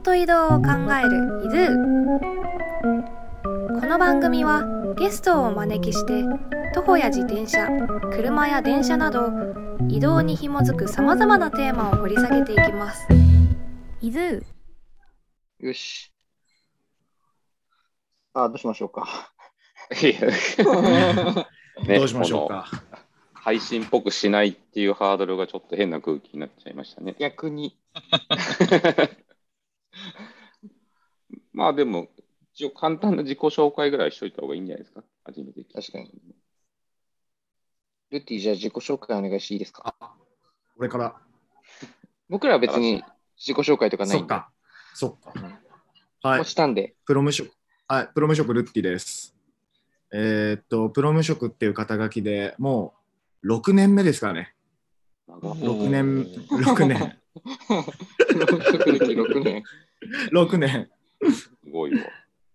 と移動を考える「移住」この番組はゲストをお招きして徒歩や自転車車や電車など移動に紐づくさまざまなテーマを掘り下げていきます。伊豆よし。あ、どうしましょうか。い やねどうしましょうか。この配信っぽくしないっていうハードルがちょっと変な空気になっちゃいましたね。 逆に。まあでも、一応簡単な自己紹介ぐらいしといた方がいいんじゃないですか。初めて聞いた確かに。ルッティ、じゃあ自己紹介お願いしていいですか。俺から。僕らは別に自己紹介とかないそんっで。か。そっか。もはうい。したん で。プロ無職。はい。プロ無職ルッティです。えーっと、プロ無職っていう肩書きでもう6年目ですからね。長っ6年、6 6年、年。 6年。すごい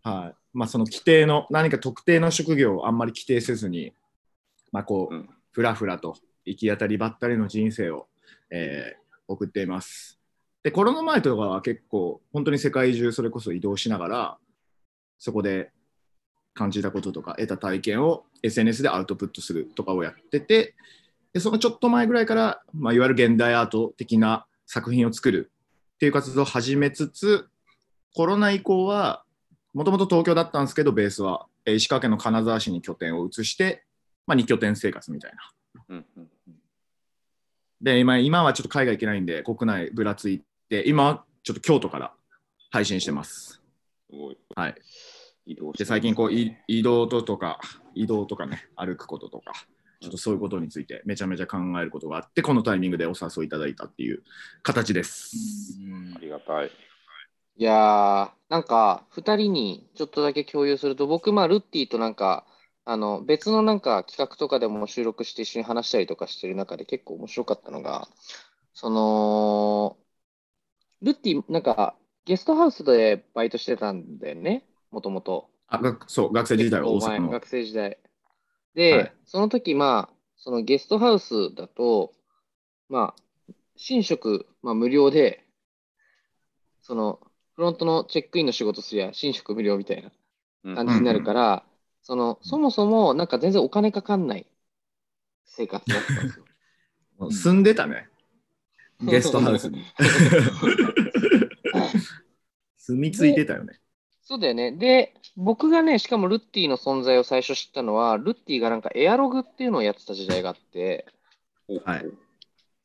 わ。はい。まあ、その規定の、何か特定の職業をあんまり規定せずに、まあ、こう、うんふらふらと行き当たりばったりの人生を、えー送っています。で、コロナ前とかは結構、本当に世界中、それこそ移動しながら、そこで感じたこととか、得た体験を SNS でアウトプットするとかをやってて、でそのちょっと前ぐらいから、まあ、いわゆる現代アート的な作品を作るっていう活動を始めつつ、コロナ以降は、もともと東京だったんですけど、ベースは、えー石川県の金沢市に拠点を移して、まあ、2拠点生活みたいな。うんうんうんで、今今はちょっと海外行けないんで、国内ぶらついて、今はちょっと京都から配信してますす。ごい。はい。移動してで、最近こう、い移動ととか、移動とかね、歩くこととか、ちょっとそういうことについてめちゃめちゃ考えることがあって、このタイミングでお誘いいただいたっていう形です。ありがたい。いやー、なんか、2人にちょっとだけ共有すると、僕、まあ、ルッティとなんか、あの別のなんか企画とかでも収録して一緒に話したりとかしてる中で結構面白かったのが、その、ルッティ、なんかゲストハウスでバイトしてたんだよね、もともと。あ、がそう、学生時代は大阪結構前の。学生時代。で、はいその時、まあ、そのゲストハウスだと、まあ、寝食、まあ、無料で、その、フロントのチェックインの仕事すりゃ、寝食無料みたいなうん感じになるから、その、そもそも、なんか全然お金かかんない生活だったん ですよ。住んでたね。ゲストハウス に。住み着いてたよね。そうだよね。で、僕がね、しかもルッティの存在を最初知ったのは、ルッティがなんかエアログっていうのをやってた時代があって、はい。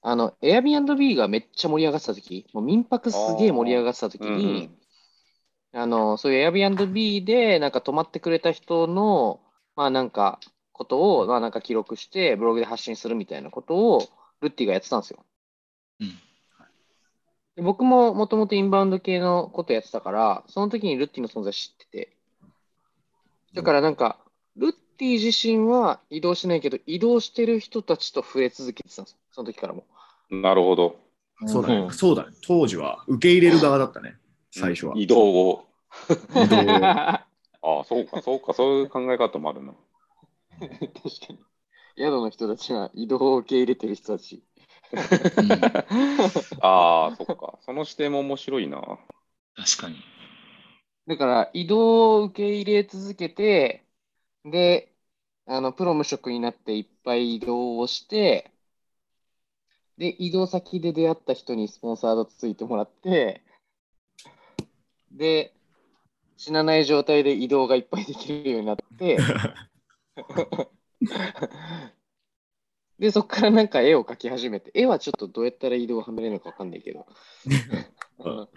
あの、Airbnb がめっちゃ盛り上がってた時、もう民泊すげえ盛り上がってた時うんうにん、あの、そういう Airbnb でなんか泊まってくれた人の、まあなんか、ことを、まあなんか記録して、ブログで発信するみたいなことを、ルッティがやってたんですよ。うんで僕ももともとインバウンド系のことやってたから、その時にルッティの存在知ってて。だからなんか、ルッティ自身は移動してないけど、移動してる人たちと触れ続けてたんですよ。その時からも。 なるほど。そうだうねん。そうだね。当時は受け入れる側だったね。最初は。移動を。移動をああ、そうか、そうか、そういう考え方もあるな。 確かに。宿の人たちは移動を受け入れてる人たち。うん確ああ、そっか。その視点も面白いな。かに。だから移動を受け入れ続けて、で、あの、プロ無職になっていっぱい移動をして、で、移動先で出会った人にスポンサードついてもらって、で、死なない状態で移動がいっぱいできるようになって、で、そこからなんか絵を描き始めて、絵はちょっとどうやったら移動をはめれるのかわかんないけど、うん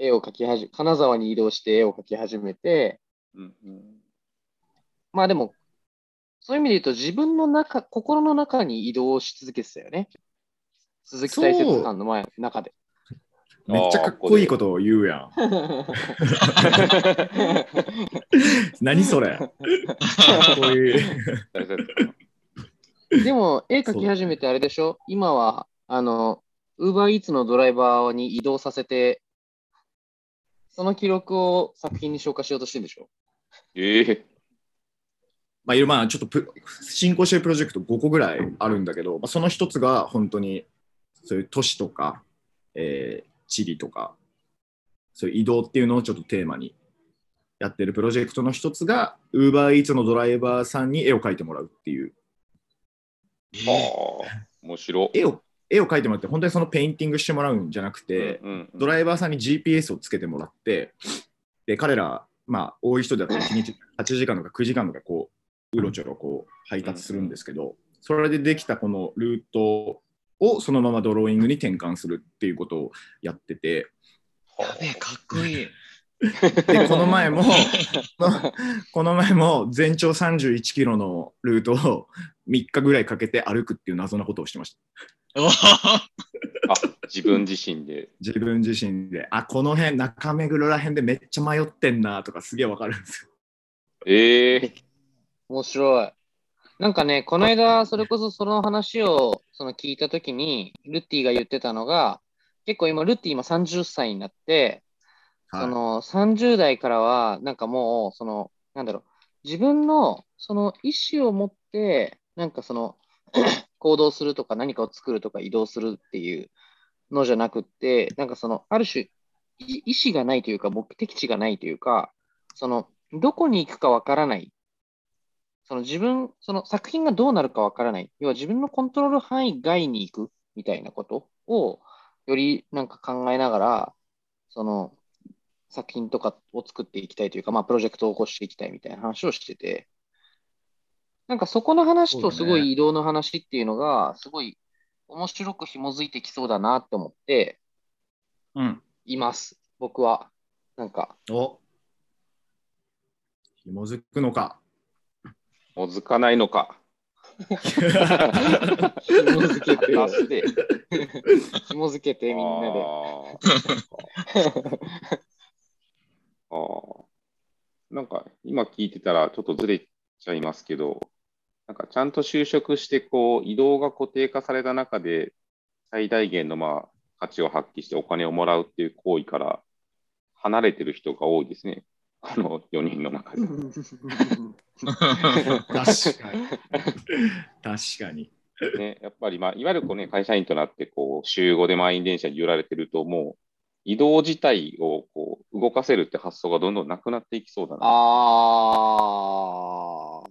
絵を描き始め、金沢に移動して絵を描き始めて、うん うんまあでも、そういう意味で言うと自分の中、心の中に移動し続けてたよね。鈴木大雪さんの前、中で。めっちゃかっこいいことを言うやん。何それ。 かっこいい。大切でも、絵描き始めてあれでしょ今は、あの、ウーバーイーツのドライバーに移動させて、その記録を作品に消化しようとしてるんでしょえ えまあ、いろいろまあちょっとプ進行してるプロジェクト5個ぐらいあるんだけど、まあ、その一つが本当にそういう都市とか、えー地理とかそういう移動っていうのをちょっとテーマにやってるプロジェクトの一つが、UberEats のドライバーさんに絵を描いてもらうっていう。えーああ、面白い。絵を絵を描いてもらって、本当にそのペインティングしてもらうんじゃなくて、ドイライバーさんに GPS をつけてもらって、で彼ら、まあ、多い人だと1日8時間 とか9時間とかこう、うろちょろこう配達するんですけど、それでできたこのルートをそのままドローイングに転換するっていうことをやってて、やべえ、かっこいい。でこの前も このこの前も全長31キロのルートを3日ぐらいかけて歩くっていう謎なことをしてましたおーあ、自分自身で。自分自身であこの辺中目黒ら辺でめっちゃ迷ってんなとかすげえわかるんですよええ面白い。なんかね、この間、それこそその話をその聞いたときに、ルッティが言ってたのが、結構今、ルッティ今30歳になって、はいその30代からは、なんかもう、その、なんだろう、自分のその意思を持って、なんかその、 行動するとか何かを作るとか移動するっていうのじゃなくって、なんかその、ある種、い意思がないというか、目的地がないというか、その、どこに行くかわからない。その自分、その作品がどうなるかわからない。要は自分のコントロール範囲外に行くみたいなことを、よりなんか考えながら、その作品とかを作っていきたいというか、まあプロジェクトを起こしていきたいみたいな話をしてて、なんかそこの話とすそうごだねい移動の話っていうのが、すごい面白く紐づいてきそうだなって思ってうんいます。僕は。なんか、お紐づくの かー、もずかないの か。紐づけて、出 して。紐づけてみんなで。あーなんか今聞いてたらちょっとずれちゃいますけど、なんかちゃんと就職してこう移動が固定化された中で最大限のまあ価値を発揮してお金をもらうっていう行為から離れてる人が多いですね。あの4人の中で。確かに確かにね、やっぱり、まあ、いわゆるこう、ね、会社員となってこう週5で満員電車に揺られてるともう移動自体をこう動かせるって発想がどんどんなくなっていきそうだな。 あー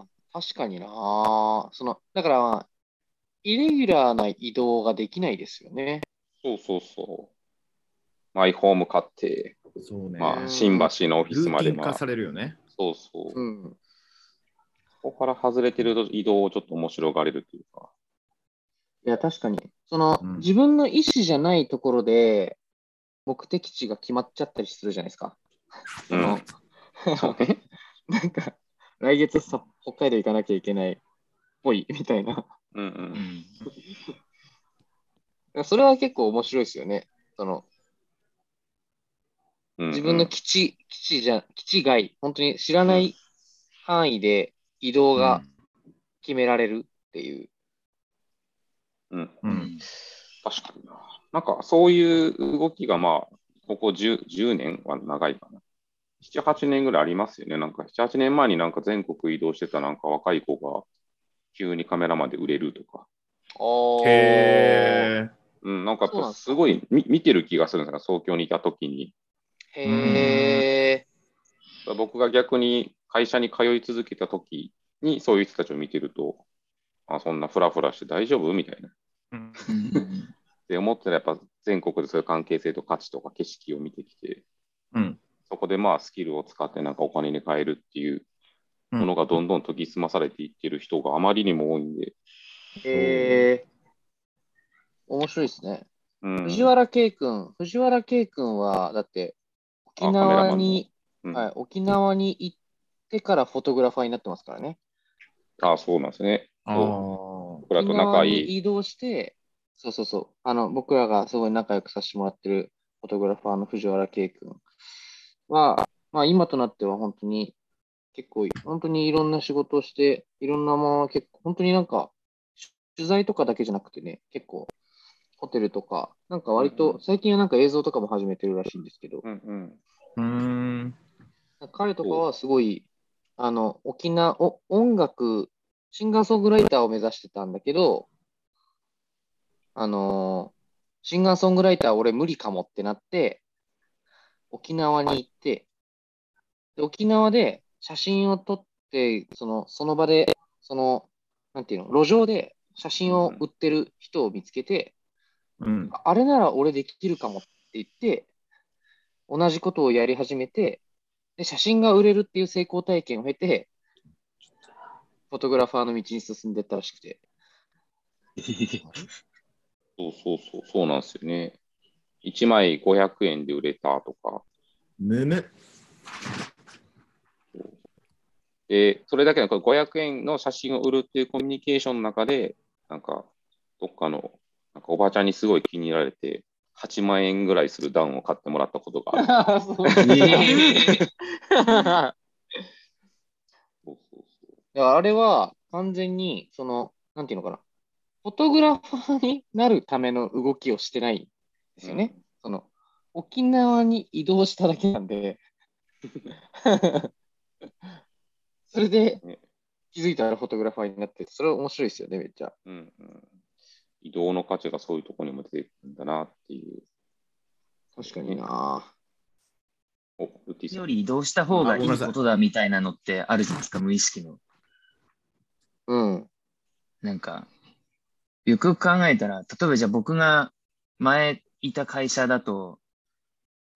あー、確かにな。その、だからまあ、イレギュラーな移動ができないですよね。そうそうそう。マイホーム買って、そうね、うまあ、ん新橋のオフィルスまーで、ティンま化あ、されるよねそうそうう。ん。ここから外れてる移動をちょっと面白がれるというか。いや、確かに。その、うん自分の意思じゃないところで、目的地が決まっちゃったりするじゃないですか。うあのん、そうね。 なんか、来月さ、北海道行かなきゃいけないっぽい、みたいな。うんう。うんんそれは結構面白いですよね。その、うんうん自分の基地、基地じゃ、基地外、本当に知らない範囲で移動が決められるっていう。うん、うん、うん確かにな。なんかそういう動きがまあ、ここ 10, 10年は長いかな。7、8年ぐらいありますよね。なんか7、8年前になんか全国移動してたなんか若い子が急にカメラマンで売れるとか。おへえ。うん、なんかやっそうなんぱですすごいみ見てる気がするんですが、東京にいた時に。へえ。僕が逆に会社に通い続けた時にそういう人たちを見てると、あそんなフラフラして大丈夫みたいな。っうんて思ったらやっぱ全国でそういう関係性と価値とか景色を見てきて、うん。そこでまあスキルを使ってなんかお金に変えるっていうものがどんどん研ぎ澄まされていってる人があまりにも多いんで、へえ。面白いですね。うん藤原圭君、藤原圭君は、だって、あ沖縄に、カメラマンのはい、沖縄に行ってからフォトグラファーになってますからね。あそうなんですね。あー僕らと仲沖い縄にい。移動して、そうそうそう。あの、僕らがすごい仲良くさせてもらってるフォトグラファーの藤原圭君は、まあ今となっては本当に結構、本当にいろんな仕事をして、いろんなもの結構、本当になんか、取材とかだけじゃなくてね、結構、ホテルとか、なんか割うんうと、最近はなんか映像とかも始めてるらしいんですけど、うんうん。うーん。彼とかはすごい、あの、沖縄、お音楽、シンガーソングライターを目指してたんだけど、あのーシンガーソングライター俺無理かもってなって、沖縄に行って、で沖縄で写真を撮って、そのその場で、その、なんていうの、路上で写真を売ってる人を見つけて、うん。あれなら俺できるかもって言って、同じことをやり始めて、で写真が売れるっていう成功体験を経て、フォトグラファーの道に進んでったらしくて。そうそうそう、そうなんですよね。1枚500円で売れたとか。むむ。で、それだけのこれ500円の写真を売るっていうコミュニケーションの中で、なんか、どっかの、なんかおばちゃんにすごい気に入られて、8万円ぐらいするダウンを買ってもらったことがある。そうそうそうだからあれは完全に、その、なんていうのかな、フォトグラファーになるための動きをしてないんですよね。その、沖縄に移動しただけなんで、 それでね気づいたらフォトグラファーになって、それは面白いですよね、めっちゃ。うんうん、移動の価値がそういうところにも出てくるんだなっていう。確かになお、ルッティさよん。り移動した方がいいことだみたいなのってあるじゃないですか、無意識の。うん。なんか、よくよく考えたら、例えばじゃあ僕が前いた会社だと、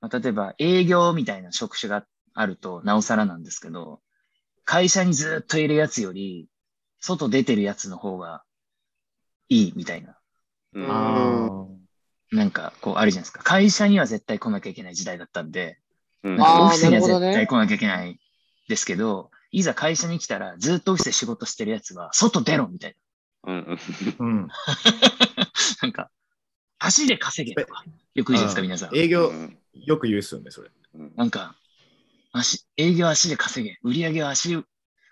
まあ、例えば営業みたいな職種があると、なおさらなんですけど、会社にずっといるやつより、外出てるやつの方がいいみたいな、うんあなんかこうあるじゃないですか。会社には絶対来なきゃいけない時代だったんで、うんなんかオあーフィスにはなるほど絶ね対来なきゃいけないですけど、いざ会社に来たら、ずっとオフィスで仕事してるやつは、外出ろみたいな。うんうんうん。 なんか、足で稼げとか、よく言うじゃないですか、うん皆さん。営業う、んよく言うっすよね、それ。うんなんか、足、営業は足で稼げ、売り上げは足を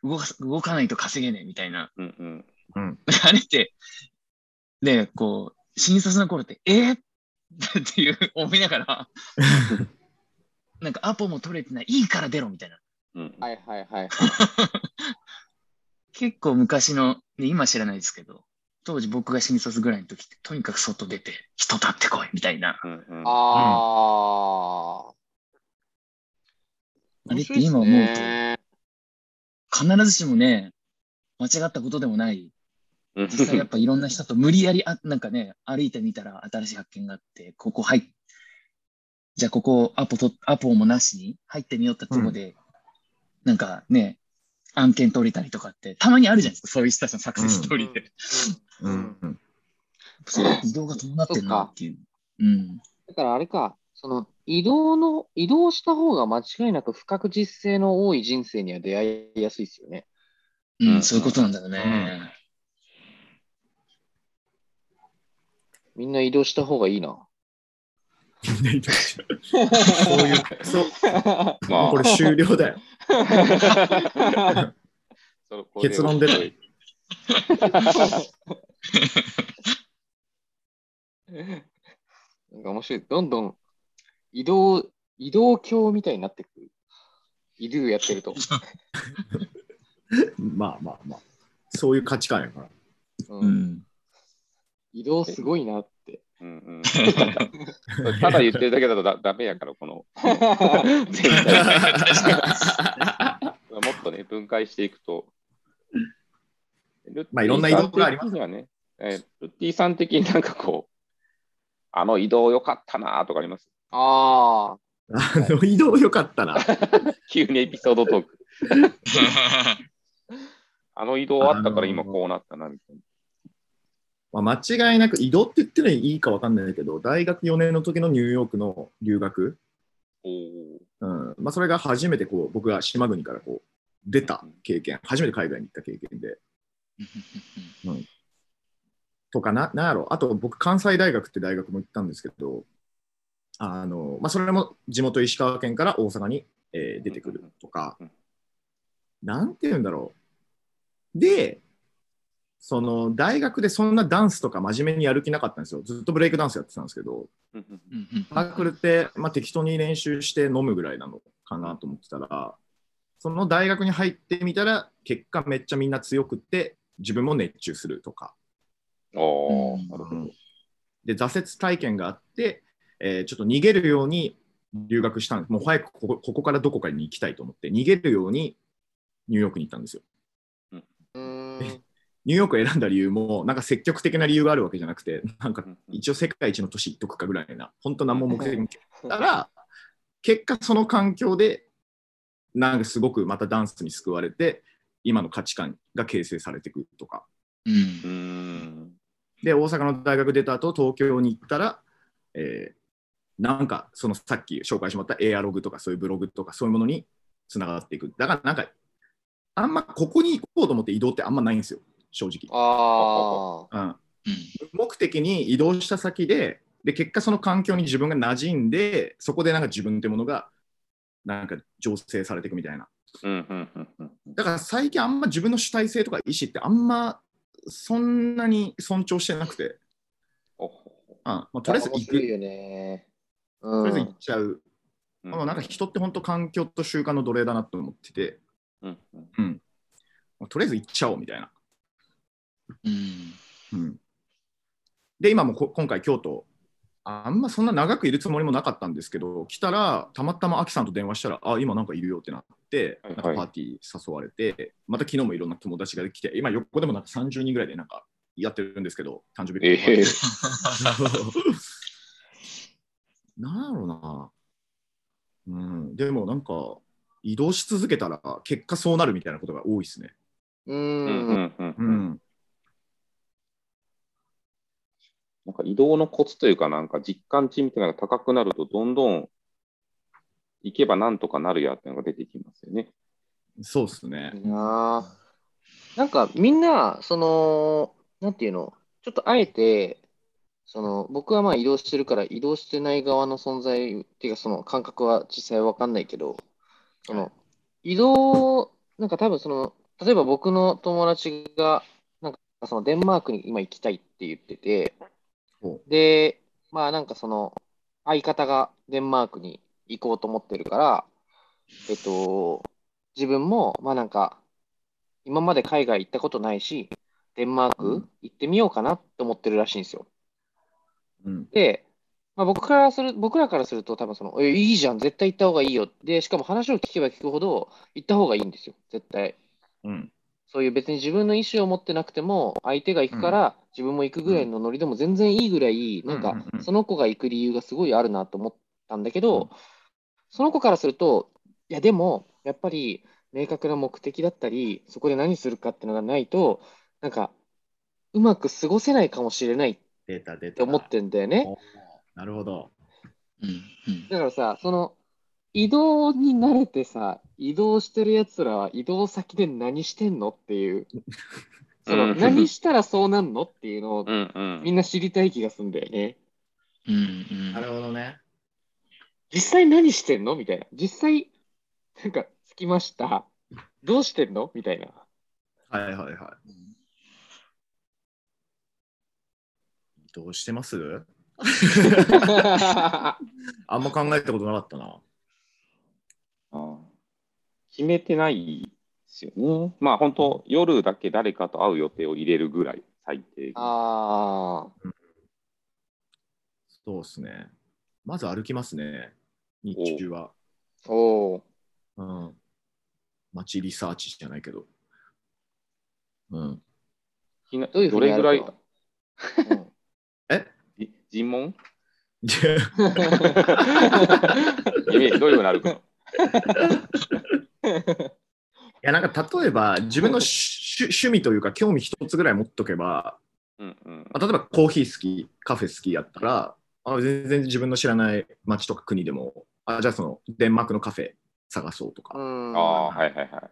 動かす動かないと稼げねえみたいな。 うんうんあれって、ね、こう、新卒の頃って、えー、 っていう思いな がら、なんかアポも取れてない、いいから出ろみたいな。うんはいはいはい。結構昔の、ね、今知らないですけど、当時僕が新卒ぐらいの時って、とにかく外出て、人立ってこいみたいな。うんうんああ。あれ面って白いっす今ね思うと、必ずしもね、間違ったことでもないうん実際やっぱいろんな人と無理やりあ、なんかね、歩いてみたら新しい発見があって、ここ入っ、じゃあここアポと、アポもなしに入ってみようってとこで、なんかね、案件取れたりとかって、たまにあるじゃないですか、そういう人たちのサクセスストーリーで。うんうんうん。そう移動が伴ってるなっていう。うん。だからあれか、その移動の、移動した方が間違いなく不確実性の多い人生には出会いやすいですよね。うん、うんそういうことなんだろうね。みんな移動した方がいいな。みんな移動しちゃうそういう、そう、 まあこれ終了だよ。そうこれ結論出た。なんか面白い。どんどん移動、移動鏡みたいになってくる。移動やってる と。まあまあまあ。そういう価値観やから。うんうん。移動すごいなって。うんうんただ言ってるだけだとだダメやから、この。全体もっとね、分解していくと。。まあいろんな移動がありますね、えールッティさん的になんかこう、あの移動良かったなとかあります。ああ。あの移動良かったな。急にエピソードトーク。あの移動あったから今こうなったなみたいまあ、間違いなく移動って言ってのいいかわかんないけど、大学4年の時のニューヨークの留学、な。うんまあ、それが初めてこう僕が島国からこう出た経験、初めて海外に行った経験で、とかな、なんやろ、あと僕、関西大学って大学も行ったんですけど、あのまあ、それも地元石川県から大阪に、えー出てくるとかうんうん、なんて言うんだろう。で、その大学でそんなダンスとか真面目にやる気なかったんですよ。ずっとブレイクダンスやってたんですけど、うんうんうんうんサークルって、まあ、適当に練習して飲むぐらいなのかなと思ってたら、その大学に入ってみたら、結果めっちゃみんな強くって、自分も熱中するとか、ああ、なるほど。で、挫折体験があって、えーちょっと逃げるように留学したんです。もう早くここここからどこかに行きたいと思って、逃げるようにニューヨークに行ったんですよ。うーん。ニューヨークを選んだ理由も、なんか積極的な理由があるわけじゃなくて、なんかうんうん一応世界一の都市行っとくかぐらいな、本当何も目的にたら、結果その環境で、なんかすごくまたダンスに救われて、今の価値観が形成されていくとか。う。うんん。で、大阪の大学出た後、東京に行ったら、えーなんかそのさっき紹介してもらった AR ログとかそういうブログとかそういうものにつながっていく。だからなんか、あんまここに行こうと思って移動ってあんまないんですよ、正直。ああ。うん、うん。無目的に移動した先で、で結果その環境に自分が馴染んで、そこでなんか自分ってものがなんか醸成されていくみたいな。うんうんうんうんうんだから最近あんま自分の主体性とか意思ってあんまそんなに尊重してなくて、うんおほほまあ、とりあえず面行く白いよね。うとりあえず行んっ。ちゃう。うんあのなんか人って本当環境と習慣の奴隷だなと思ってて、うんうんとりあえず行っちゃおうみたいな。うん。うん、で、今もこ今回京都、あんまそんな長くいるつもりもなかったんですけど、来たらたまたまアキさんと電話したら、あ、今なんかいるよってなって、はいなんかパーティー誘われて、また昨日もいろんな友達が来て、今横でもなんか30人ぐらいでなんかやってるんですけど、誕生日ええ なんやろな。うん、でもなんか移動し続けたら結果そうなるみたいなことが多いですね。う。うんうんんうんううんん。なんか移動のコツというか、なんか実感値みたいなのが高くなると、どんどん行けばなんとかなるやっていうのが出てきますよね。そうですね。いいなあなんかみんな、その、なんていうの、ちょっとあえて、その僕はまあ移動してるから移動してない側の存在っていうかその感覚は実際わかんないけど、その移動、なんか多分その、例えば僕の友達が、なんかそのデンマークに今行きたいって言っててほ、で、まあなんかその、相方がデンマークに行こうと思ってるから、えっと、自分も、まあなんか、今まで海外行ったことないし、デンマーク行ってみようかなって思ってるらしいんですよ。うん。で、まあ、僕からする、僕らからすると多分その、え、いいじゃん、絶対行った方がいいよ。で、しかも話を聞けば聞くほど、行った方がいいんですよ、絶対。うん。そういう別に自分の意思を持ってなくても、相手が行くから自分も行くぐらいのノリでも全然いいぐらい、なんうんかうんうんその子が行く理由がすごいあるなと思ったんだけど、うんその子からすると、いやでも、やっぱり明確な目的だったり、そこで何するかってのがないと、なんか、うまく過ごせないかもしれないっ出た出て思ってんだよね。なるほど。うん。だからさ、その移動に慣れてさ、移動してるやつらは移動先で何してんのっていう、その うん何したらそうなんのっていうのをうんうんみんな知りたい気がするんだよね。うん。うん。なるほどね。実際何してんのみたいな。実際、なんか着きました。どうしてんのみたい な。はいはいはい。どうしてますあんま考えたことなかったな。ああ決めてないですよね。まあ本当、夜だけ誰かと会う予定を入れるぐらい、最低限。ああ、そうですね。まず歩きますね。日中は。おううん。街リサーチじゃないけど。うん。 きなどういうふどうにれやぐるらいか、えじ尋問 じゃあイメージどういうふうになるか。いやなんか例えば自分の趣趣味というか興味一つぐらい持っとけば、うんうん。まあ、例えばコーヒー好き、カフェ好きやったら、あ全然自分の知らない街とか国でも、あじゃあそのデンマークのカフェ探そうとか、うん。うんああ、はいはいはい。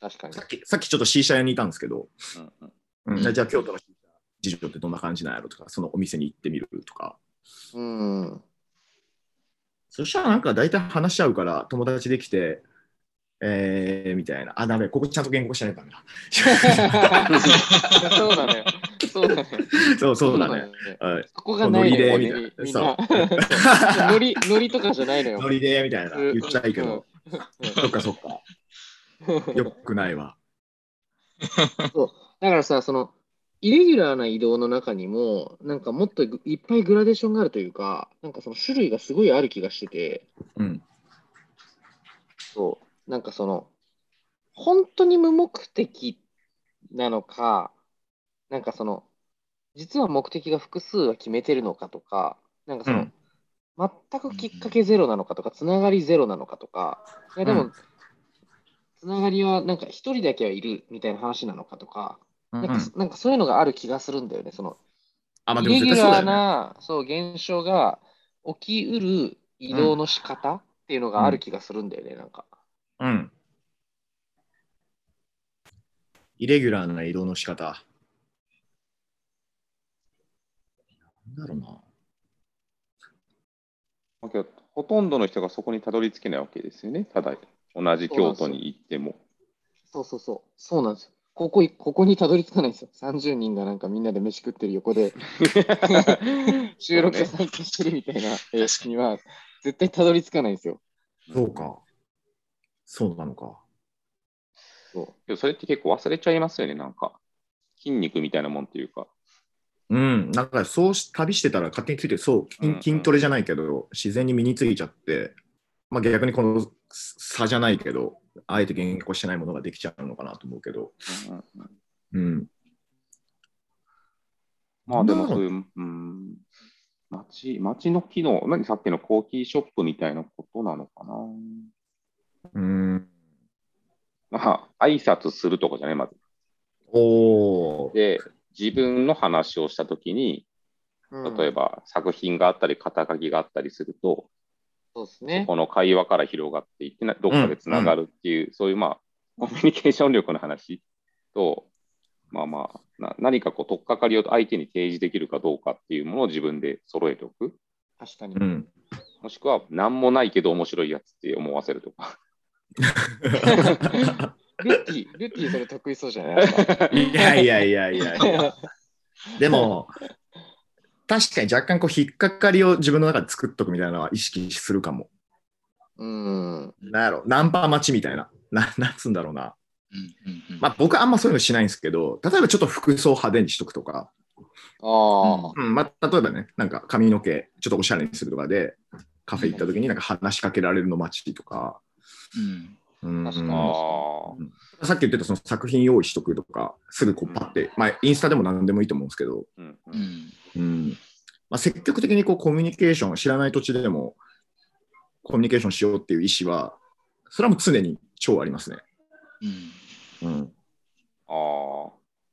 確かにさ。っきさっきちょっと C 社屋にいたんですけど、うんうんうんじゃあ京都の C 社事情ってどんな感じなんやろとか、そのお店に行ってみるとか、うん。 そしたらなんか大体話し合うから友達できて、えー、みたいな。あ、ダメ、ここちゃんと言語化しないとダメだ。 そうなのよ。 そうなのよ。そうそうなだのね。よ。はいそこがないのよ、ノリで俺にみみんたいな な。ノリ、ノリとかじゃないのよ。 ノリでみたいなうん言っちゃいいけど、そっかそっか、うんよくないわ。だからさ、その、イレギュラーな移動の中にも、なんかもっといっぱいグラデーションがあるというか、なんかその種類がすごいある気がしてて、うん。そう、なんかその、本当に無目的なのか、なんかその、実は目的が複数は決めてるのかとか、なんかその、うん全くきっかけゼロなのかとか、つながりゼロなのかとか、いやでうも、つながりはなんか一人だけはいるみたいな話なのかとか、うんなんかなんかそういうのがある気がするんだよね、その、あ、まあイでもレ絶ギ対ュそうだラーよね。なそう現象が起きうる移動の仕方っていうのがある気がするんだよね、なんか。うん。イレギュラーな移動の仕方。なんだろうな。だけどほとんどの人がそこにたどり着けないわけですよね、ただ、同じ京都に行っても。そうそうそう、そうなんですよ。ここいここにたどり着かないんですよ。30人がなんかみんなで飯食ってる横 で収録そうね参加してるみたいなえー仕組みは絶対たどり着かないんですよ。そうか。そうなのか。そうでもそれって結構忘れちゃいますよね、なんか。筋肉みたいなもんっていうか。うん、なんかそうし旅してたら勝手についてそう筋うんうん筋トレじゃないけど自然に身についちゃって、まあ、逆にこの差じゃないけどあえて言語化してないものができちゃうのかなと思うけど、うんうんうんうん、まあでもそういう、うん、街、街の機能、何さっきのコーヒーショップみたいなことなのかな。 うんまあ、挨拶するとかじゃない、まず。おーで、自分の話をしたときに、うん例えば作品があったり、肩書きがあったりすると、そうですね。この会話から広がっていってな、どっかでつながるっていう、そういうまあ、コミュニケーション力の話と、まあまあ、な何かこう、取っかかりを相手に提示できるかどうかっていうものを自分で揃えておく。確かに。うん、もしくは、何もないけど面白いやつって思わせるとか。ルッキー、ルッキーそれ得意そうじゃないなんかいやいやいやいやいやでも確かに若干こう引っかかりを自分の中で作っとくみたいなのは意識するかもうん。なんやろナンパ待ちみたいなな なんつうんだろうなうんうんまあ、僕はあんまそういうのしないんですけど、例えばちょっと服装派手にしとくとか、ああ。うんまあ、例えばね、なんか髪の毛ちょっとおしゃれにするとかで、カフェ行った時になんか話しかけられるの待ちとか、うんうん確かにあさあ。っき言ってたその作品用意しとくとか、すぐこうパッて、まあ、インスタでも何でもいいと思うんですけど、うんううんんうんまあ、積極的にこうコミュニケーション、知らない土地でもコミュニケーションしようっていう意思は、それはもう常に超ありますね。うんうん、あ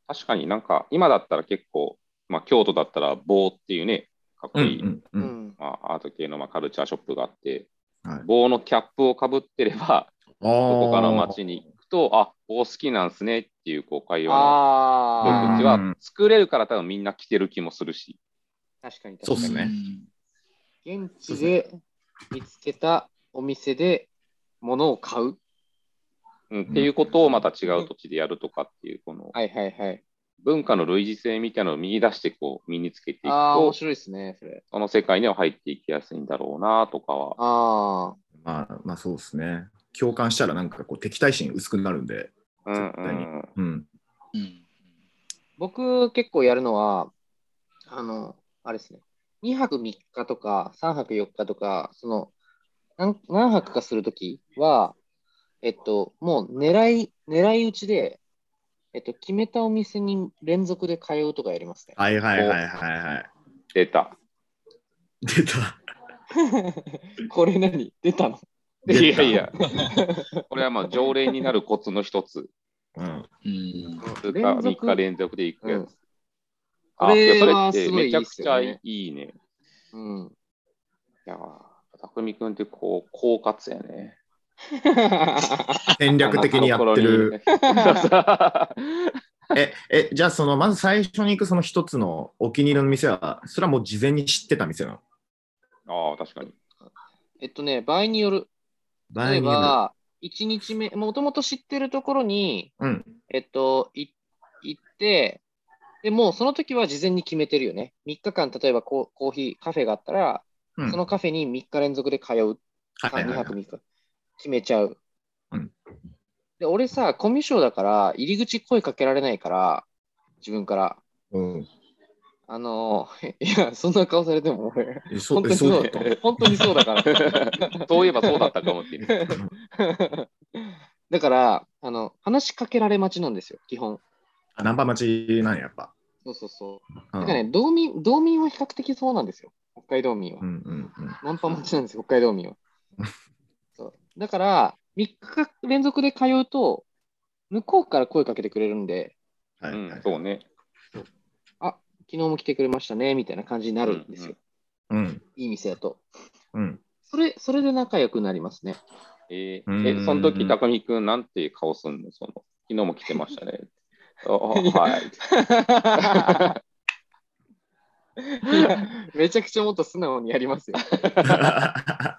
あ。確かになんか、今だったら結構、まあ、京都だったら、棒っていうね、かっこうんいい、うんううんん。まあ、アート系のまあカルチャーショップがあって、はい棒のキャップをかぶってれば、どどこかの街に行くと、あ棒好きなんすねっていうこう会話のー糸あ口うんうんは作れるから多分みんな来てる気もするし、あ。確かに確かに。そうっすね現地で見つけたお店で物を買う。うん、っていうことをまた違う土地でやるとかっていう、このはいはいはい。文化の類似性みたいなのを見出してこう身につけていくああー、面と、白いですね、それ。その世界には入っていきやすいんだろうなとかは。ああ。まあ、まあそうですね。共感したらなんかこう敵対心薄くなるんで。うんうん絶対にうん。うん僕結構やるのは、あの、あれですね。2泊3日とか3泊4日とか、その、何何泊かするときは、えっと、もう狙い、狙い撃ちで、えっと、決めたお店に連続で通うとかやりますね。はいはいはいはいはい。出た。出た。これ何出たの い出たやいや、これはまあ常連になるコツの一つ。うん。うん2日、連続3日連続で行くやうんつ。あ、いやこれはそれってめちゃくちゃすごいいいっすよねいいね。うん。いやー、匠君ってこう、狡猾やね。戦略的にやってる。あんなところに。え、え、じゃあそのまず最初に行くその一つのお気に入りの店は、それはもう事前に知ってた店なの。ああ、確かに。えっとね、場合による。場例えによるば、1日目、もともと知ってるところに、うん。えっと、い行って、でもうその時は事前に決めてるよね。3日間、例えばコーコーヒー、カフェがあったら、うんそのカフェに3日連続で通う。はいはい2はい泊3日。決めちゃう。うんで、俺さ、コミュ障だから、入り口声かけられないから、自分から。うん。あの、いや、そんな顔されても俺、え本そう当えにそそうだうっだた。本当にそうだ から。そういえばそうだったかもっていう。 だから、あの、話しかけられ待ちなんですよ、基本。あナンパ待ちなんや、やっぱ。そうそうそう。うだんからね、道民、道民は比較的そうなんですよ。北海道民はう。んうんうん。ナンパ待ちなんですよ、北海道 民は。そうだから、3日連続で通うと、向こうから声かけてくれるんで、はい、うはんい。そうね。昨日も来てくれましたね、みたいな感じになるんですよ。うん。いい店だと。うん。それ、それで仲良くなりますね。えうんーえ、その時、高見くん、なんて顔すんのその、昨日も来てま したね。あはい。いやめちゃくちゃもっと素直にやりますよ。そっか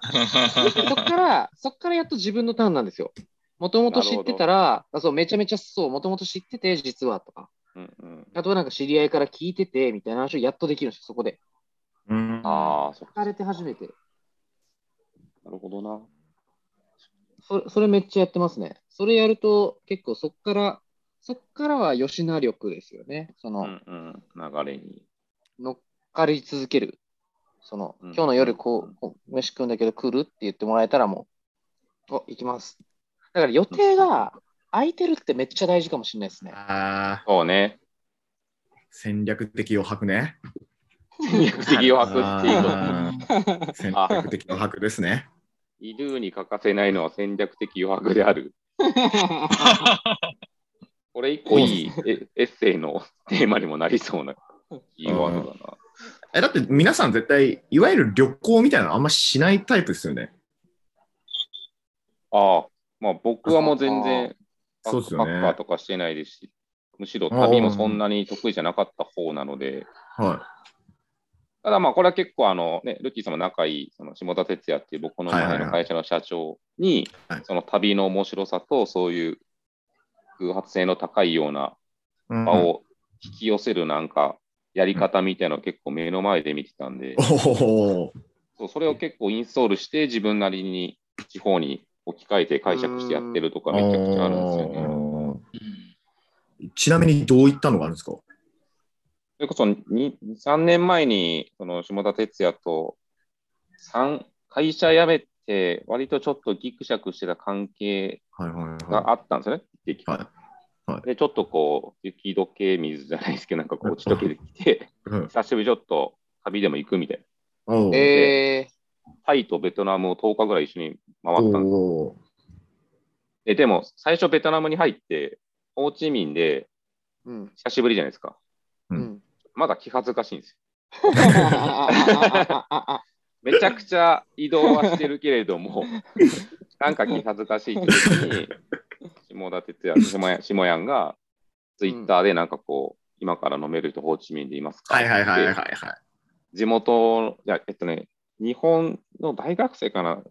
ら、そっからやっと自分のターンなんですよ。もともと知ってたら、あそう、めちゃめちゃそう、もともと知ってて、実はとか。うんうん、あとはなんか知り合いから聞いてて、みたいな話をやっとできるんですよ、そこで。うんああ、そっか聞かれて初めて。なるほどな。そそれめっちゃやってますね。それやると、結構そっから、そっからは吉名力ですよね。その、うんうん、流れに。乗っかり続ける。その、うん今日の夜こう、こう飯食うんだけど来るって言ってもらえたらもう、お、行きます。だから予定が空いてるってめっちゃ大事かもしれないですね。あーそう ね。戦略的余白ね。敵を吐くっていうこと。あー戦略的余白ですね。イルーに欠かせないのは戦略的余白であ る。これ一個いいエエッセイの テーマにもなりそうなキーワードだな。えだって皆さん絶対、いわゆる旅行みたいなのあんましないタイプですよね。ああ、まあ僕はもう全然バそうッでクすパよッカーね。とかしてないですし、むしろ旅もそんなに得意じゃなかった方なので、はただまあこれは結構あの、ね、ルッキーさんも仲いいその下田哲也っていう僕の前の会社の社長にはいはい、。その旅の面白さとそういう偶発性の高いようないうん場を引き寄せるなんかやり方みたいなのを結構目の前で見てたんで、おお。そうそれを結構インストールして自分なりに地方に置き換えて解釈してやってるとかめちゃくちゃあるんですよね。ちなみにどういったのがあるんですかそれこそ2、3年前にその下田哲也と三会社辞めて割とちょっとギクシャクしてた関係はいはいがはあったんですよね。一時期はいはいで、ちょっとこう、雪解け水じゃないですけど、なんかこう、打ち解けてきて、い。うん久しぶりちょっと旅でも行くみたいな。おーえタイとベトナムを10日ぐらい一緒に回ったんです。おででも、最初ベトナムに入って、ホーチミンでー、うん。久しぶりじゃないですか。ううんん。 まだ気恥ずかしいんですよ。あめちゃくちゃ移動はしてるけれど も、なんか気恥ずかしいって時に、下田哲也、下や下やんが、ツイッターでなんかこう、今から飲める人ホーチミンでいますかはいはいはいはいってはい。地元、いや、えっとね、日本の大学生かな、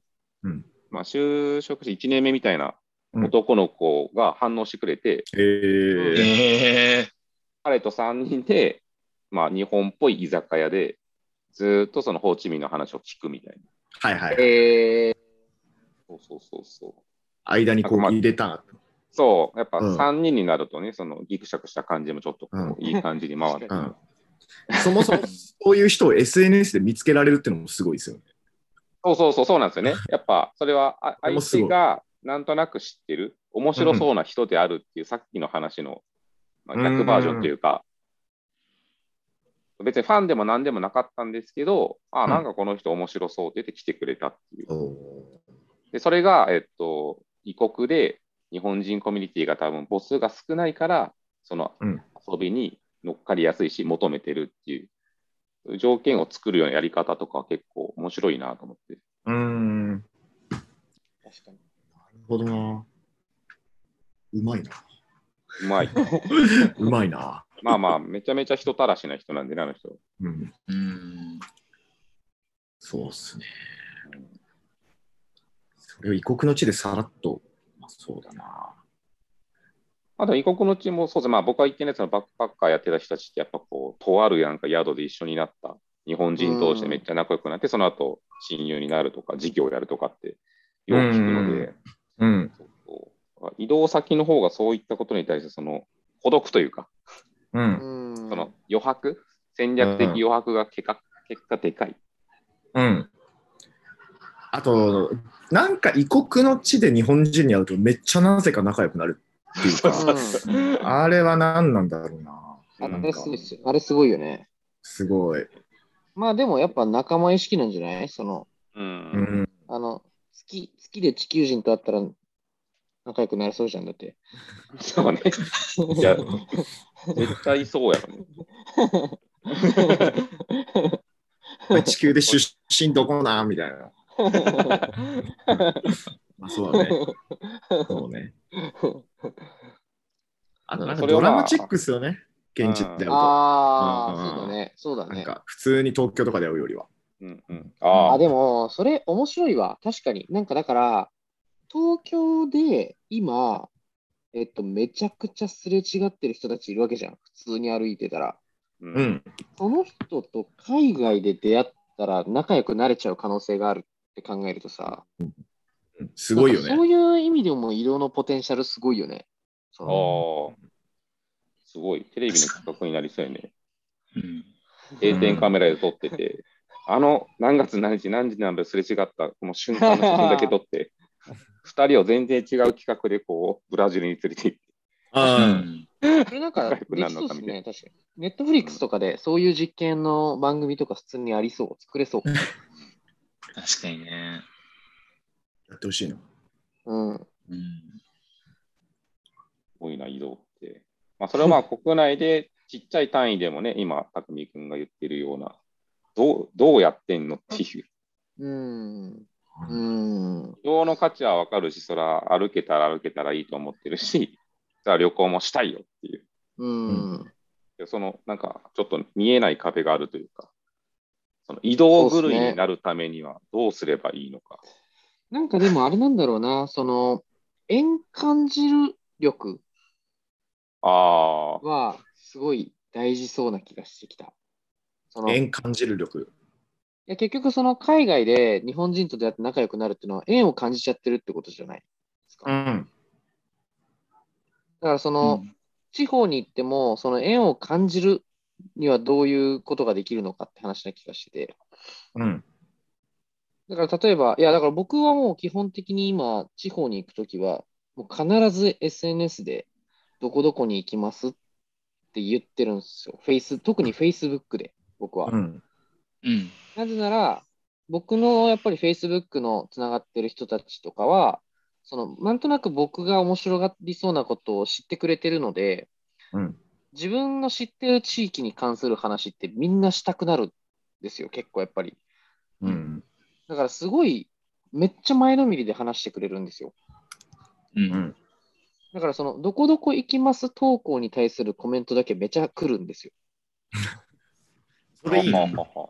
うんまあ、就職して1年目みたいなうん男の子が反応してくれて、ええ。え彼と3人で、 まあ、日本っぽい居酒屋で、ずーっとそのホーチミンの話を聞くみたいな。はいはい。えそうそうそうそう。間にこう入れたな。そう、やっぱうん3人になるとね、そのギクシャクした感じもちょっとこ ういい感じに回る。ううんそも そもそういう人を SNS で見つけられるっていうのもすごいですよね。そうそうそう、そうなんです よね。やっぱそれはあでも相すご手いがなんとなく知ってる、面白そうな人であるっていうさっきの話の、まあ、逆バージョンというか、別にファンでも何でもなかったんですけど、あうあ、んなんかこの人面白そうって言って来てくれたっていう。おで、それが、えっと、異国で日本人コミュニティが多分母数が少ないから、そのうん遊びに乗っかりやすいし、求めてるっていう、そういう条件を作るようなやり方とかは結構面白いなと思って。うーん。なるー、確かに。ほどな。うまいな。う まい。うまいな。まあまあ、めちゃめちゃ人たらしな人なんでね、あの人。うん。ーうんそうっすね。それを異国の地でさらっと。まあそうだな。あと、異国の地もそうですね、まあ僕が行ってないそのバックパッカーやってた人たちって、やっぱこう、とあるなんか宿で一緒になった日本人同士でめっちゃ仲良くなって、その後、親友になるとか、事業をやるとかって、よく聞くので。うんうん。そうそう移動先の方がそういったことに対してその孤独というか、う。うんん。その余白、戦略的余白が結果結果でかい。うん。あと、なんか異国の地で日本人に会うとめっちゃなぜか仲良くなるっていうそうか、 そうそうう。あれは何なんだろうな。うあんれすごいっすよあれすごいよね。すごい。まあでもやっぱ仲間意識なんじゃないその、う。うんん。あの、月、月で地球人と会ったら仲良くなれそうじゃん、だ って。そうね。いや 絶対そうやろね。まあ地球で出身どこなみたい な。まあそうだね。そうね。あとなんかドラマチックっすよね。現地で会うと。あうんあ、そうだね、そうだなんね。か普通に東京とかで会うよりは。うんうん。あああ、でも、それ面白いわ。確かに。なんかだから、東京で今、えっと、めちゃくちゃすれ違ってる人たちいるわけじゃん。普通に歩いてたら。うう。ん。その人と海外で出会ったら仲良くなれちゃう可能性があるって考えるとさ、すごいよなんかそうね。いう意味でも移動のポテンシャルすごいよね。そのああ。すごい。テレビの企画になりそうやね。うん。定点カメラで撮ってて、あの何月何日何時何秒すれ違ったこの瞬間の写真だけ撮って、2人を全然違う企画でこうブラジルに連れて行って、あそれなんか、仲で良くなきるそうでのかすみたいね、確かに。ネットフリックスとかで、そういう実験の番組とか普通にありそう、作れそう。確かにね。やってほしいな。うん。うん。すごいな、移動って。まあ、それはまあ国内でちっちゃい単位でもね、今、匠君が言ってるような、どうどうやってんのっていう、うん。うん。移動の価値は分かるし、そら歩けたら歩けたらいいと思ってるし、 じゃあ旅行もしたいよっていう。うん。でそのなんかちょっと見えない壁があるというか、その移動狂いになるためにはどうすればいいのか。なんかでもあれなんだろうな、その、円感じる力ああ、は、すごい大事そうな気がしてきた。そのい縁感じる力。や結局、その海外で日本人と出会って仲良くなるっていうのは、縁を感じちゃってるってことじゃないですか。ん。だから、その、地方に行っても、その縁を感じるにはどういうことができるのかって話な気がしてて。うん。だから例えば、いや、だから僕はもう基本的に今、地方に行くときは、もう必ず SNS で、どこどこに行きますって言ってるんですよ。フェイス、特に Facebook で、僕は。うん。うん。なぜなら、僕のやっぱり Facebook のつながってる人たちとかは、その、なんとなく僕が面白がりそうなことを知ってくれてるので、うん自分の知ってる地域に関する話ってみんなしたくなるんですよ、結構やっぱり。うん。だからすごい、めっちゃ前のめりで話してくれるんですよ。うん。だからその、どこどこ行きます投稿に対するコメントだけめちゃ来るんですよ。それいいはなは。はは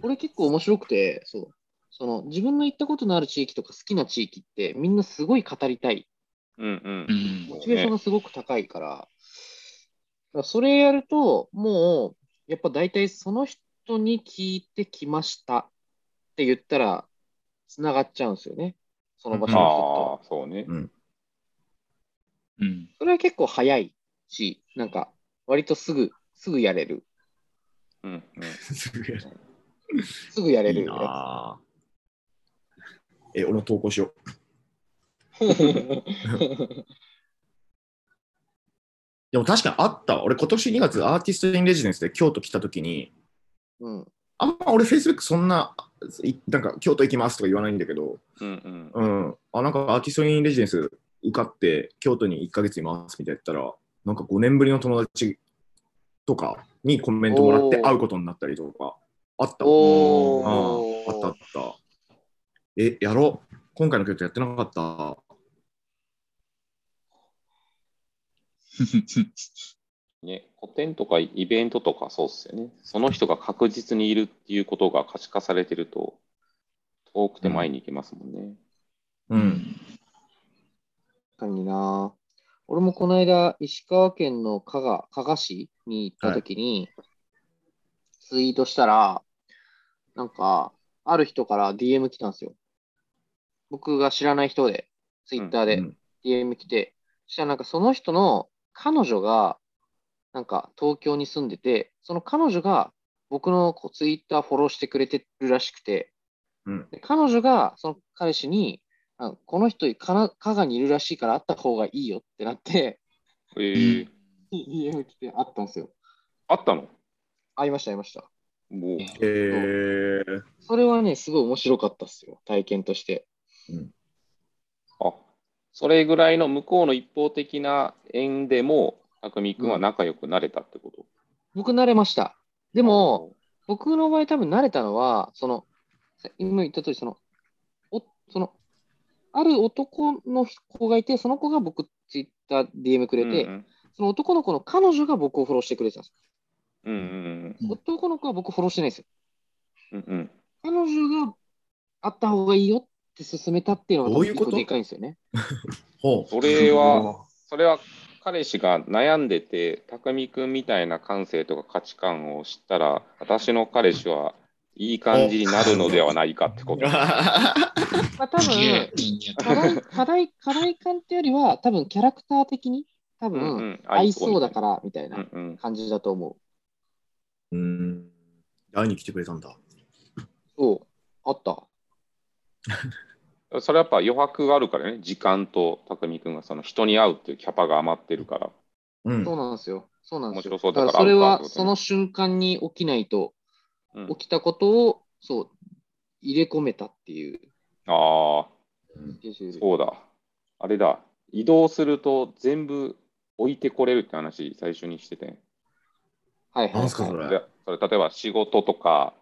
これ結構面白くて、そう。その、自分の行ったことのある地域とか好きな地域ってみんなすごい語りたい。うんうんう。んモチベーションがすごく高いから、だからそれやると、もう、やっぱ大体その人に聞いてきましたって言ったら、つながっちゃうんですよね。その場所の人と。ああ、そうね。うん。それは結構早いし、なんか、割とすぐ、すぐやれる。うんうん、 すげえすぐやれいるいなあ。え、俺も投稿しよう。でも確かにあったわ。俺今年2月アーティストインレジデンスで京都来た時に、 うん。あんま俺 Facebook そんな、いなんか京都行きますとか言わないんだけど、うんうん。うん。あ、なんかアーティストインレジデンス受かって京都に1ヶ月いますみたいな言ったら、なんか5年ぶりの友達とかにコメントもらっておー会うことになったりとか、あったわおあったーあっ。た。え、やろう。今回の京都やってなかった。ね、古典とかイベントとかそうっすよね。その人が確実にいるっていうことが可視化されてると、遠くて前に行けますもんね。う。。うん確かにな。俺もこの間、石川県の加賀加賀市に行った時に、ツイートしたら、なんか、ある人から DM 来たんですよ。僕が知らない人で、ツイッターうでん DM 来て、そしたらなんかその人の彼女が、なんか東京に住んでて、その彼女が僕のこうツイッターフォローしてくれてるらしくて、うんで彼女がその彼氏に、あこの人かな、加賀にいるらしいから会った方がいいよってなって、 えー、 DM 来て会ったんですよ。あったの会いました、会いました。もうええー、それはね、すごい面白かったっすよ、体験として。あそれぐらいの向こうの一方的な縁でも、匠君は仲良くなれたってこと、僕慣れました。でも、僕の場合多分慣れたのは、その、さ今言った通り、その、お、その、ある男の子がいて、その子が僕、ツイッター DM くうれんて、その男の子の彼女が僕をフォローしてくれてたんです。うんうんうん男の子は僕フォローしてないんですよ。うんうんうん彼女が会った方がいいよって勧めたっていうのがどういうこ結と構でかいんですよね。ほ うそれは、それは彼氏が悩んでて、匠君みたいな感性とか価値観を知ったら、私の彼氏はいい感じになるのではないかってこと。まあ多分、課題、課題、課題感ってよりは、多分キャラクター的に、多うんう分、ん合いそうだから、みたいうんなうん、感じだと思う。うん会いに来てくれたんだそう、あった。それはやっぱ余白があるからね、時間と匠君がその人に会うっていうキャパが余ってるから。うんそうなんですよ。そうなんですよ。面白そうだからそれアウはトアウトだねその瞬間に起きないと、うん起きたことをそう入れ込めたっていうああ、うんスケジュール。そうだ。あれだ。移動すると全部置いてこれるって話、最初にしてて。はいはい、なはんい。すかそれでそれ例えば仕事とか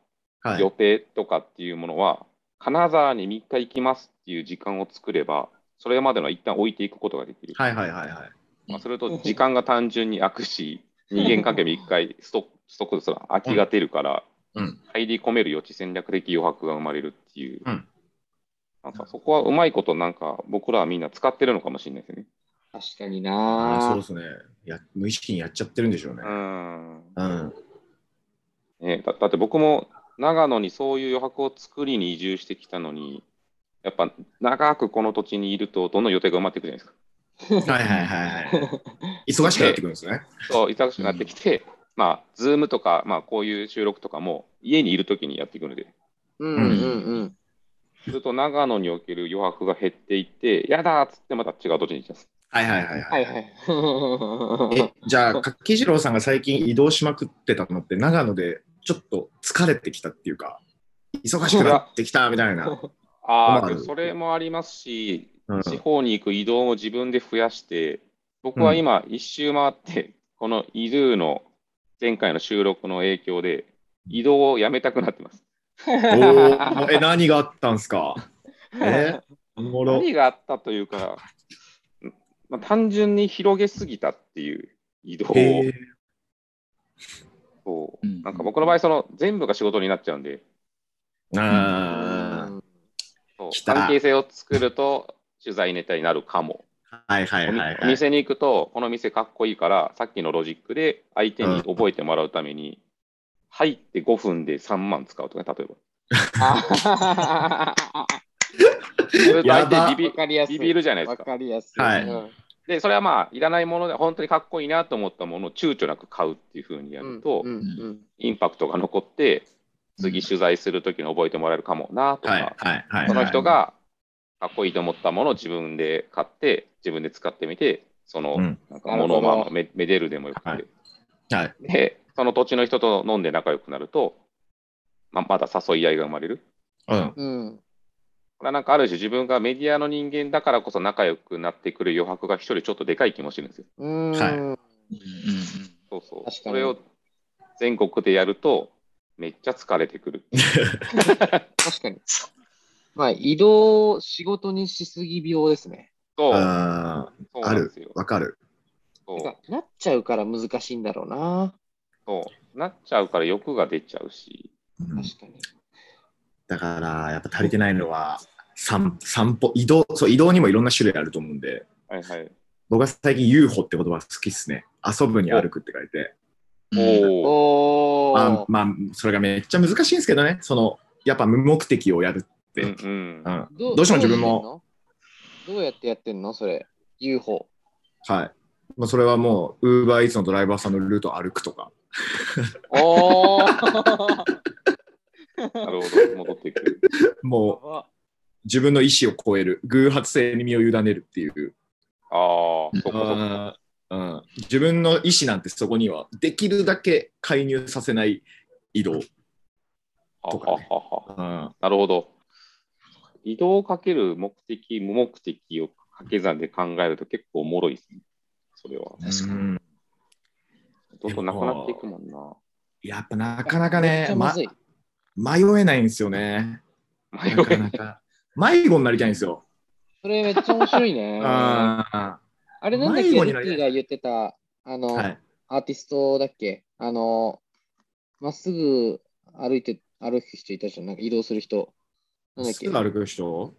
はい予定とかっていうものは、金沢に3日行きますっていう時間を作れば、それまでの一旦置いていくことができる。はいはいはいはいまあ、それと時間が単純に空くし、人間関係も一 回ストック、ストックする空きが出るから、うん入り込める余地戦略的余白が生まれるっていう。うんなんかそこはうまいことなんか僕らはみんな使ってるのかもしれないですね。確かにあそうなで。すねや無意識にやっちゃってるんでしょうねうんうんね、だだって僕も長野にそういう余白を作りに移住してきたのに、やっぱ長くこの土地にいると、どんどん予定が埋まっていくじゃないですか。 はいはいはいはい忙しくなってくるんですねそう、忙しくなってきて、まあ、ズームとか、まあ、こういう収録とかも、家にいるときにやっていくので、うんうんうん。すると長野における余白が減っていって、やだーっつってまた違う土地に行っちゃうんです。はいはいはいははいいはい。 えじゃあ柿次郎さんが最近移動しまくってたのって長野でちょっと疲れてきたっていうか忙しくなってきたみた いなあまああ、それもありますし、うん地方に行く移動を自分で増やして、僕は今、一周回って、 このイドゥの前回の収録の影響で、移動をやめたくなってます。おーえ何があったん すかえおもろ何があったというか、 んまあ、単純に広げすぎたっていう移動を、へーそううんなんか僕の場合、その全部が仕事になっちゃうんで、あそう来た関係性を作ると取材ネタになるかも。ーはいはいおはいみはいお店に行くと、この店かっこいいから、さっきのロジックで相手に覚えてもらうために、入って5分で3万使うとかね、例えば。あそ れとやば相手ビわかりやすビい。ビるじゃないでわすか。かりやすい。はいうんで、それはまあ、いらないもので、本当にかっこいいなと思ったものを躊躇なく買うっていうふうにやると、うんうんインパクトが残って、次取材するときに覚えてもらえるかもなとか、はいはいはいその人がかっこいいと思ったものを自分で買って、自分で使ってみて、その、うんなんかものをまあまあめめでるでもよくて、はいはいで、その土地の人と飲んで仲良くなると、まあ、まだ誘い合いが生まれる。うんうん。これはなんかある種自分がメディアの人間だからこそ仲良くなってくる余白が一人ちょっとでかい気もしてるんですよ。うん。はそうそ確う。かそにれを全国でやると、めっちゃ疲れてくる。確かに。まあ、移動を仕事にしすぎ病ですね。そう、あーそうなんですよ。わかるそうなんかなっちゃうから難しいんだろうな。そう。なっちゃうから欲が出ちゃうし。うん確かに。だからやっぱ足りてないのは散散歩移動そう移動にもいろんな種類あると思うんではいはい。僕は最近 UFO って言葉好きっすね遊ぶに歩くって書いておお。おまあー。まあそれがめっちゃ難しいんですけどねそのやっぱ無目的をやるうてんうんう。んどどうしても自分も。どうやってやってんのそれ。UFO。はい。まあ、それはもう、ウーバーイーツのドライバーさんのルートを歩くとか。 おーなるほど、戻ってくる。もう、自分の意思を超える、偶発性に身を委ねるっていう、ああ、そっかそっか。うん、自分の意思なんてそこにはできるだけ介入させない移動、はとはかねははうん、なるほど。移動をかける目的、無目的を掛け算で考えると結構おもろいですね。それは。確かうに。んどんどんなくなっていくもんな。やっぱなかなかめっねちゃ、ままずい。迷えないんですよね。迷なかえなか迷子になりたいんですよ。それめっちゃ面白いね。あ あれなんだっけ、迷リ子ッにキなりたいーが言ってた、あの、ーはい、アーティストだっけあの、まっすぐ歩いて、歩く人いたじゃん。なんか移動する人。なんだっすけぐ歩く人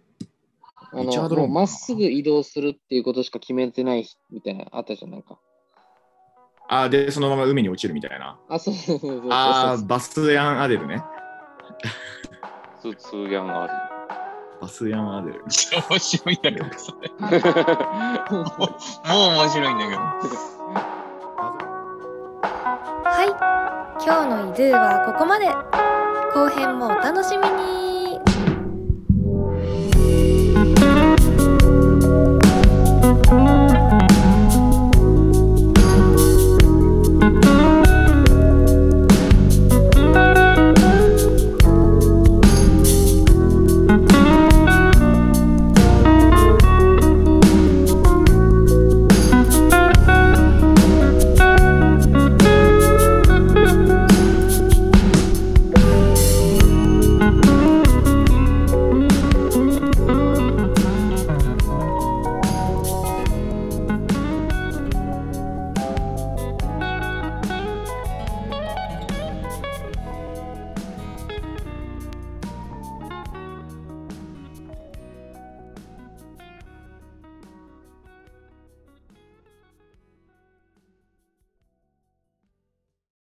あリチャーの、ドもローうンまっすぐ移動するっていうことしか決めてないみたいな、あったじゃん。なんか。あーで、そのまま海に落ちるみたいな。あ、そうそうそうそうそう。あーバスヤンアデルね。つ通やんがバスヤンアデル。めっちゃ面白いんだけど、それ。ある。もう面白いんだけど。はい今日の「イドゥはここまで後編もお楽しみに